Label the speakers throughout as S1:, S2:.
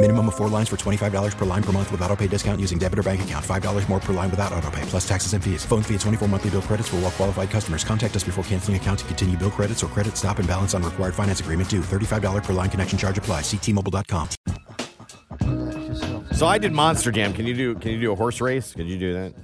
S1: Minimum of four lines for $25 per line per month with auto pay discount using debit or bank account. $5 more per line without auto pay, plus taxes and fees. Phone fee at 24 monthly bill credits for all well qualified customers. Contact us before canceling account to continue bill credits or credit stop and balance on required finance agreement due. $35 per line connection charge apply. Ctmobile.com.
S2: So I did Monster Jam. Can you do can you do a horse race? Could you do that?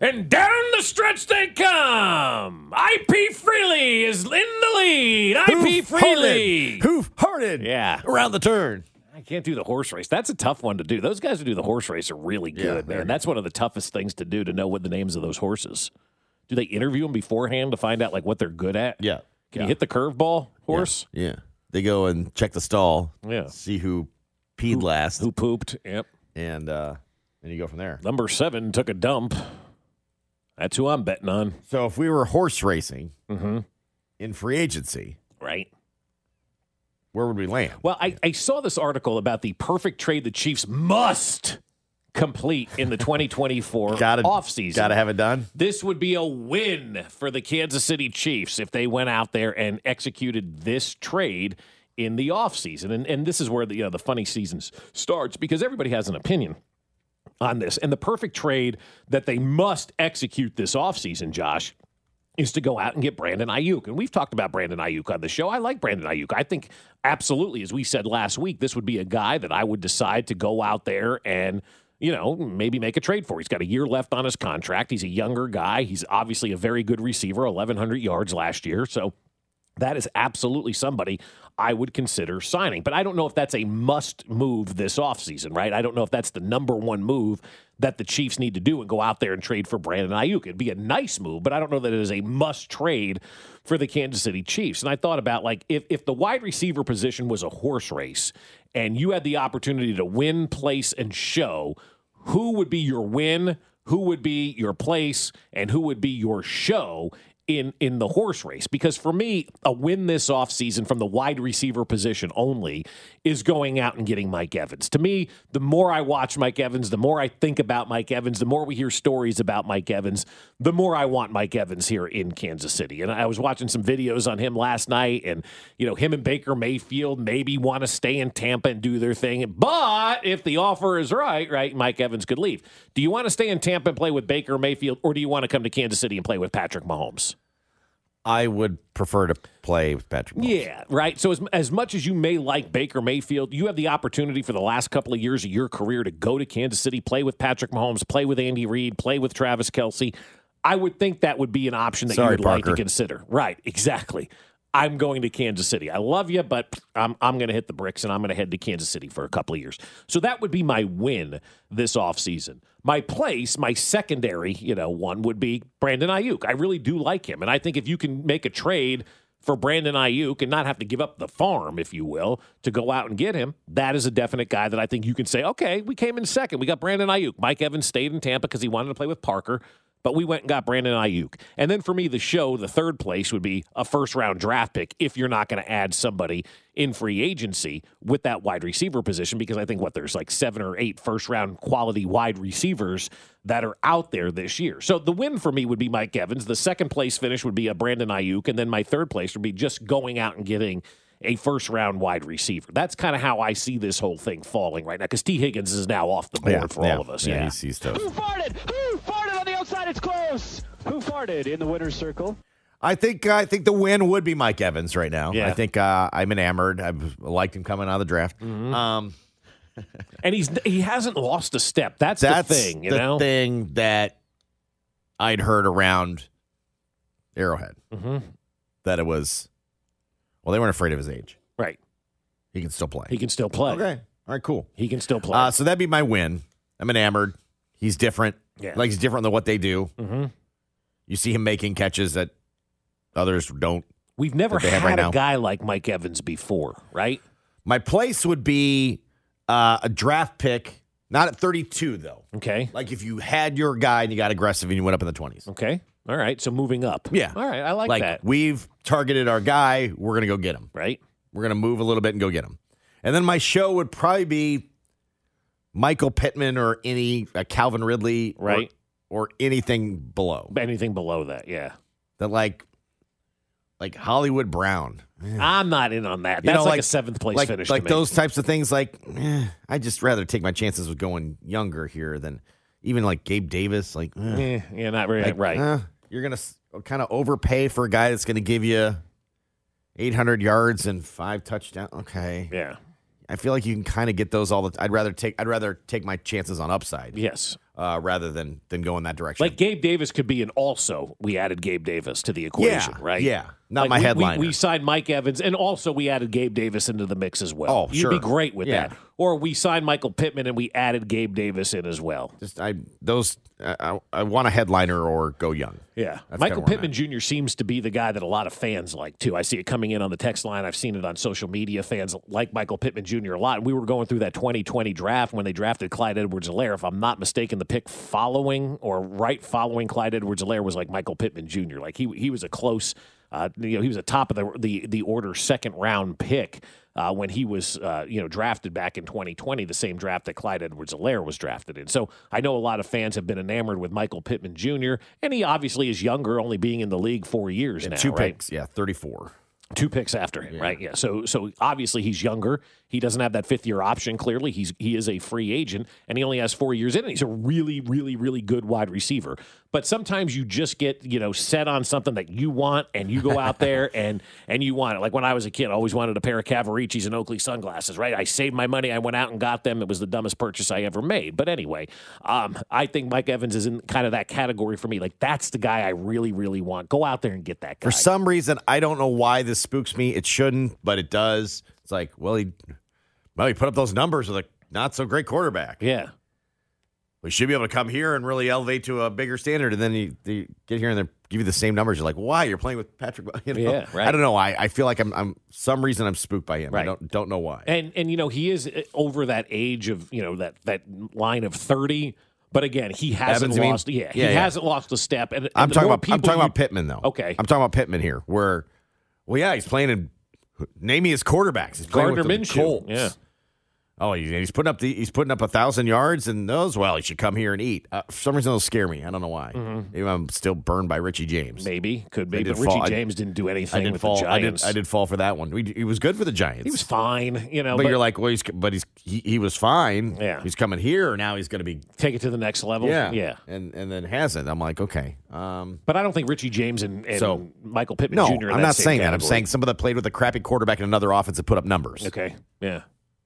S3: And down the stretch they come. IP Freely is in the lead. IP Freely.
S2: Hoof hearted.
S3: Yeah.
S2: Around the turn.
S3: I can't do the horse race. That's a tough one to do. Those guys who do the horse race are really
S2: Yeah,
S3: good,
S2: they're-
S3: man. That's one of the toughest things to do to know what the names of those horses. Do they interview them beforehand to find out like what they're good at?
S2: Yeah.
S3: Can
S2: Yeah.
S3: you hit the curveball horse?
S2: Yeah. They go and check the stall.
S3: Yeah.
S2: See who peed last.
S3: Who pooped? Yep.
S2: And uh and you go from there.
S3: Number seven took a dump. That's who I'm betting on.
S2: So if we were horse racing
S3: Mm-hmm.
S2: in free agency,
S3: Right.
S2: where would we land?
S3: Well, I, I saw this article about the perfect trade the Chiefs must complete in the 2024
S2: Gotta-
S3: offseason.
S2: Gotta have it done.
S3: this would be a win for the Kansas City Chiefs if they went out there and executed this trade in the offseason. And and this is where the you know, the funny season s- starts because everybody has an opinion on this. And the perfect trade that they must execute this offseason, Josh, is to go out and get Brandon Ayuk. And we've talked about Brandon Ayuk on the show. I like Brandon Ayuk. I think absolutely, as we said last week, this would be a guy that I would decide to go out there and, you know, maybe make a trade for. He's got a year left on his contract. He's a younger guy. He's obviously a very good receiver, 1,100 yards last year. So that is absolutely somebody I would consider signing. But I don't know if that's a must move this offseason, right? I don't know if that's the number one move that the Chiefs need to do and go out there and trade for Brandon Ayuk. It'd be a nice move, but I don't know that it is a must trade for the Kansas City Chiefs. And I thought about like if if the wide receiver position was a horse race and you had the opportunity to win, place, and show, who would be your win, who would be your place, and who would be your show in in the horse race because for me a win this offseason from the wide receiver position only is going out and getting Mike Evans. To me, the more I watch Mike Evans, the more I think about Mike Evans, the more we hear stories about Mike Evans, the more I want Mike Evans here in Kansas City. And I was watching some videos on him last night and you know him and Baker Mayfield maybe want to stay in Tampa and do their thing, but if the offer is right, right, Mike Evans could leave. Do you want to stay in Tampa and play with Baker Mayfield or do you want to come to Kansas City and play with Patrick Mahomes?
S2: I would prefer to play with Patrick. Mahomes.
S3: Yeah, right. So as as much as you may like Baker Mayfield, you have the opportunity for the last couple of years of your career to go to Kansas City, play with Patrick Mahomes, play with Andy Reid, play with Travis Kelsey. I would think that would be an option that you
S2: Sorry,
S3: would like to
S2: Parker.
S3: consider. Right, exactly. I'm going to Kansas City. I love you, but I'm I'm going to hit the bricks and I'm going to head to Kansas City for a couple of years. So that would be my win this offseason. My place, my secondary, you know, one would be Brandon Ayuk. I really do like him, and I think if you can make a trade for Brandon Ayuk and not have to give up the farm, if you will, to go out and get him, that is a definite guy that I think you can say, okay, we came in second. We got Brandon Ayuk. Mike Evans stayed in Tampa because he wanted to play with Parker, but we went and got Brandon Ayuk. And then for me, the show, the third place would be a first round draft pick if you're not going to add somebody in free agency with that wide receiver position, because I think what there's like seven or eight first round quality wide receivers that are out there this year. So the win for me would be Mike Evans. The second place finish would be a Brandon Ayuk, and then my third place would be just going out and getting a first round wide receiver. That's kind of how I see this whole thing falling right now because T. Higgins is now off the board for all of us. Yeah.
S2: He's, he's toast.
S4: Who farted? Who farted on the outside? It's close. Who farted in the winner's circle?
S2: I think I think the win would be Mike Evans right now.
S3: Yeah.
S2: I think uh, I'm enamored. I liked him coming out of the draft.
S3: Mm-hmm.
S2: Um,
S3: And he's he hasn't lost a step. That's,
S2: that's
S3: the thing, you
S2: the
S3: know.
S2: thing that I'd heard around Arrowhead
S3: Mm-hmm.
S2: that it was. Well, they weren't afraid of his age.
S3: Right.
S2: He can still play.
S3: He can still play.
S2: Okay. All right. Cool.
S3: He can still play.
S2: Uh, so that'd be my win. I'm enamored. He's different.
S3: Yeah.
S2: Like he's different than what they do.
S3: mm-hmm.
S2: You see him making catches that others don't.
S3: We've never
S2: that they have
S3: had
S2: right
S3: a
S2: now.
S3: guy like Mike Evans before, right?
S2: My place would be uh, a draft pick, not at 32 though.
S3: Okay.
S2: Like if you had your guy and you got aggressive and you went up in the 20s.
S3: Okay. All right. So moving up.
S2: Yeah.
S3: All right. I like, that.
S2: we've targeted our guy. We're gonna go get him.
S3: Right.
S2: We're gonna move a little bit and go get him. And then my show would probably be Michael Pittman or any uh, Calvin Ridley, or-
S3: Right.
S2: or anything below.
S3: Anything below that, yeah.
S2: that like like Hollywood Brown.
S3: I'm not in on that.
S2: You
S3: That's
S2: know,
S3: like, a seventh place
S2: like,
S3: finish.
S2: Like
S3: to me.
S2: those types of things. Like eh, I just rather take my chances with going younger here than even like Gabe Davis. Like, eh,
S3: Eh, yeah, not really
S2: like,
S3: right.
S2: eh, you're gonna kind of overpay for a guy that's gonna give you 800 yards and five touchdowns. Okay,
S3: yeah.
S2: I feel like you can kind of get those all the. I'd rather take. I'd rather take my chances on upside
S3: Yes.
S2: uh, rather than than go in that direction.
S3: Like Gabe Davis could be an also. We added Gabe Davis to the
S2: yeah,
S3: equation, right?
S2: Yeah, not
S3: Like,
S2: my
S3: we- we,
S2: headline.
S3: We, signed Mike Evans, and also we added Gabe Davis into the mix as well.
S2: Oh,
S3: You'd
S2: sure.
S3: be great with
S2: Yeah.
S3: that. Or we signed Michael Pittman, and we added Gabe Davis in as well.
S2: just I those I, I, I want a headliner or go young.
S3: Yeah.
S2: That's
S3: Michael
S2: kinda where I'm
S3: Pittman Jr. seems to be the guy that a lot of fans like, too. I see it coming in on the text line. I've seen it on social media. Fans like Michael Pittman Jr. a lot. We were going through that 2020 draft when they drafted Clyde Edwards Alaire. If I'm not mistaken, the pick following or right following Clyde Edwards Alaire was like Michael Pittman Jr. Like he, he was a close, uh, you know, he was a top of the, the, the order second round pick. Uh, when he was, uh, you know, drafted back in 2020, the same draft that Clyde Edwards-Alaire was drafted in. So I know a lot of fans have been enamored with Michael Pittman Jr. and he obviously is younger, only being in the league four years now.
S2: two
S3: right?
S2: picks, yeah, thirty-four.
S3: two picks after him, right? Yeah. So so obviously he's younger. He doesn't have that fifth year option. Clearly, he's he is a free agent, and he only has four years in. it. He's a really really really good wide receiver. But sometimes you just get you know set on something that you want, and you go out there and and you want it. Like when I was a kid, I always wanted a pair of Cavaricis and Oakley sunglasses. Right? I saved my money. I went out and got them. It was the dumbest purchase I ever made. But anyway, um, I think Mike Evans is in kind of that category for me. Like that's the guy I really really want. Go out there and get that guy.
S2: For some reason, I don't know why this spooks me. It shouldn't, but it does. It's like, well, he, well, he put up those numbers with a not so great quarterback.
S3: yeah.
S2: We should be able to come here and really elevate to a bigger standard, and then you, they get here and they give you the same numbers. You're like, why? You're playing with Patrick. You know?
S3: Yeah, right.
S2: I don't know. I, I feel like I'm. I'm some reason I'm spooked by him. I
S3: Right.
S2: don't don't know why.
S3: And and you know he is uh, over that age of you know that that line of thirty. But again, he hasn't
S2: Evans, you mean?
S3: lost. Yeah,
S2: Yeah,
S3: he
S2: yeah.
S3: hasn't lost a step. And, and
S2: I'm
S3: the
S2: talking
S3: more
S2: about. I'm
S3: people
S2: talking
S3: you-
S2: about Pittman though.
S3: Okay.
S2: I'm talking about Pittman here. Where, well, yeah, he's playing in. Name me his quarterbacks. He's playing
S3: Gardner
S2: with the
S3: Minshew.
S2: Colts.
S3: Yeah,
S2: Oh, he's, he's putting up the he's putting up a thousand yards and those. Well, he should come here and eat. Uh, for some reason, those scare me. I don't know why. Maybe I'm still burned by Richie James.
S3: Mm-hmm. maybe could be.
S2: did
S3: But
S2: fall.
S3: Richie
S2: I-
S3: James didn't do
S2: I
S3: anything
S2: did
S3: with
S2: fall.
S3: the
S2: I did.
S3: Giants.
S2: I did fall for that one. We, he was good for the Giants.
S3: He was fine. You know,
S2: but,
S3: but,
S2: you're like, well, he's but he's he, he was fine.
S3: Yeah.
S2: he's coming here. Now he's going to be
S3: take it to the next level.
S2: yeah
S3: yeah.
S2: and and then hasn't. I'm like, okay. Um,
S3: But I don't think Richie James and, and
S2: So-
S3: Michael Pittman
S2: no,
S3: Jr. are
S2: I'm
S3: that
S2: not
S3: same
S2: saying that. I'm
S3: category.
S2: saying somebody that played with a crappy quarterback in another offense that put up numbers.
S3: okay. Yeah.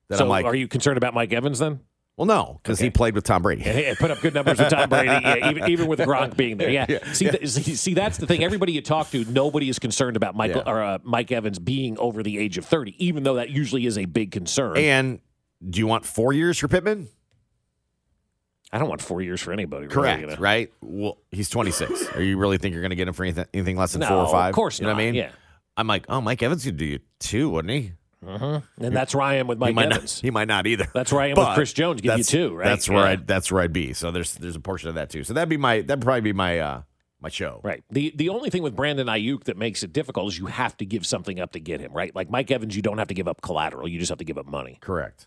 S2: That
S3: so
S2: I'm like,
S3: are you concerned about Mike Evans then?
S2: well, no, because he
S3: Okay.
S2: played with Tom Brady.
S3: And he- and put up good numbers with Tom Brady, yeah, even, even with Gronk being there. Yeah. see, th- see, see, that's the thing. Everybody you talk to, nobody is concerned about Michael
S2: Yeah.
S3: or uh, Mike Evans being over the age of thirty, even though that usually is a big concern.
S2: And do you want four years for Pittman?
S3: I don't want four years for anybody. really,
S2: Correct,
S3: you know.
S2: right? Well, he's 26. Are you really think you're going to get him for anything, anything less than
S3: No,
S2: four or five?
S3: Of course
S2: you
S3: not.
S2: know what I mean?
S3: Yeah.
S2: I'm like, oh, Mike Evans could do you two, wouldn't he?
S3: And that's where I am with
S2: he
S3: Mike
S2: might
S3: Evans.
S2: not. He might not either.
S3: That's where I am with
S2: But
S3: Chris Jones, give you
S2: that's-
S3: two, right?
S2: That's where
S3: Yeah.
S2: I. That's where I'd be. So there's there's a portion of that too. So that'd be my that'd probably be my uh my show.
S3: Right. The the only thing with Brandon Ayuk that makes it difficult is you have to give something up to get him, right? Like Mike Evans, you don't have to give up collateral. You just have to give up money.
S2: Correct.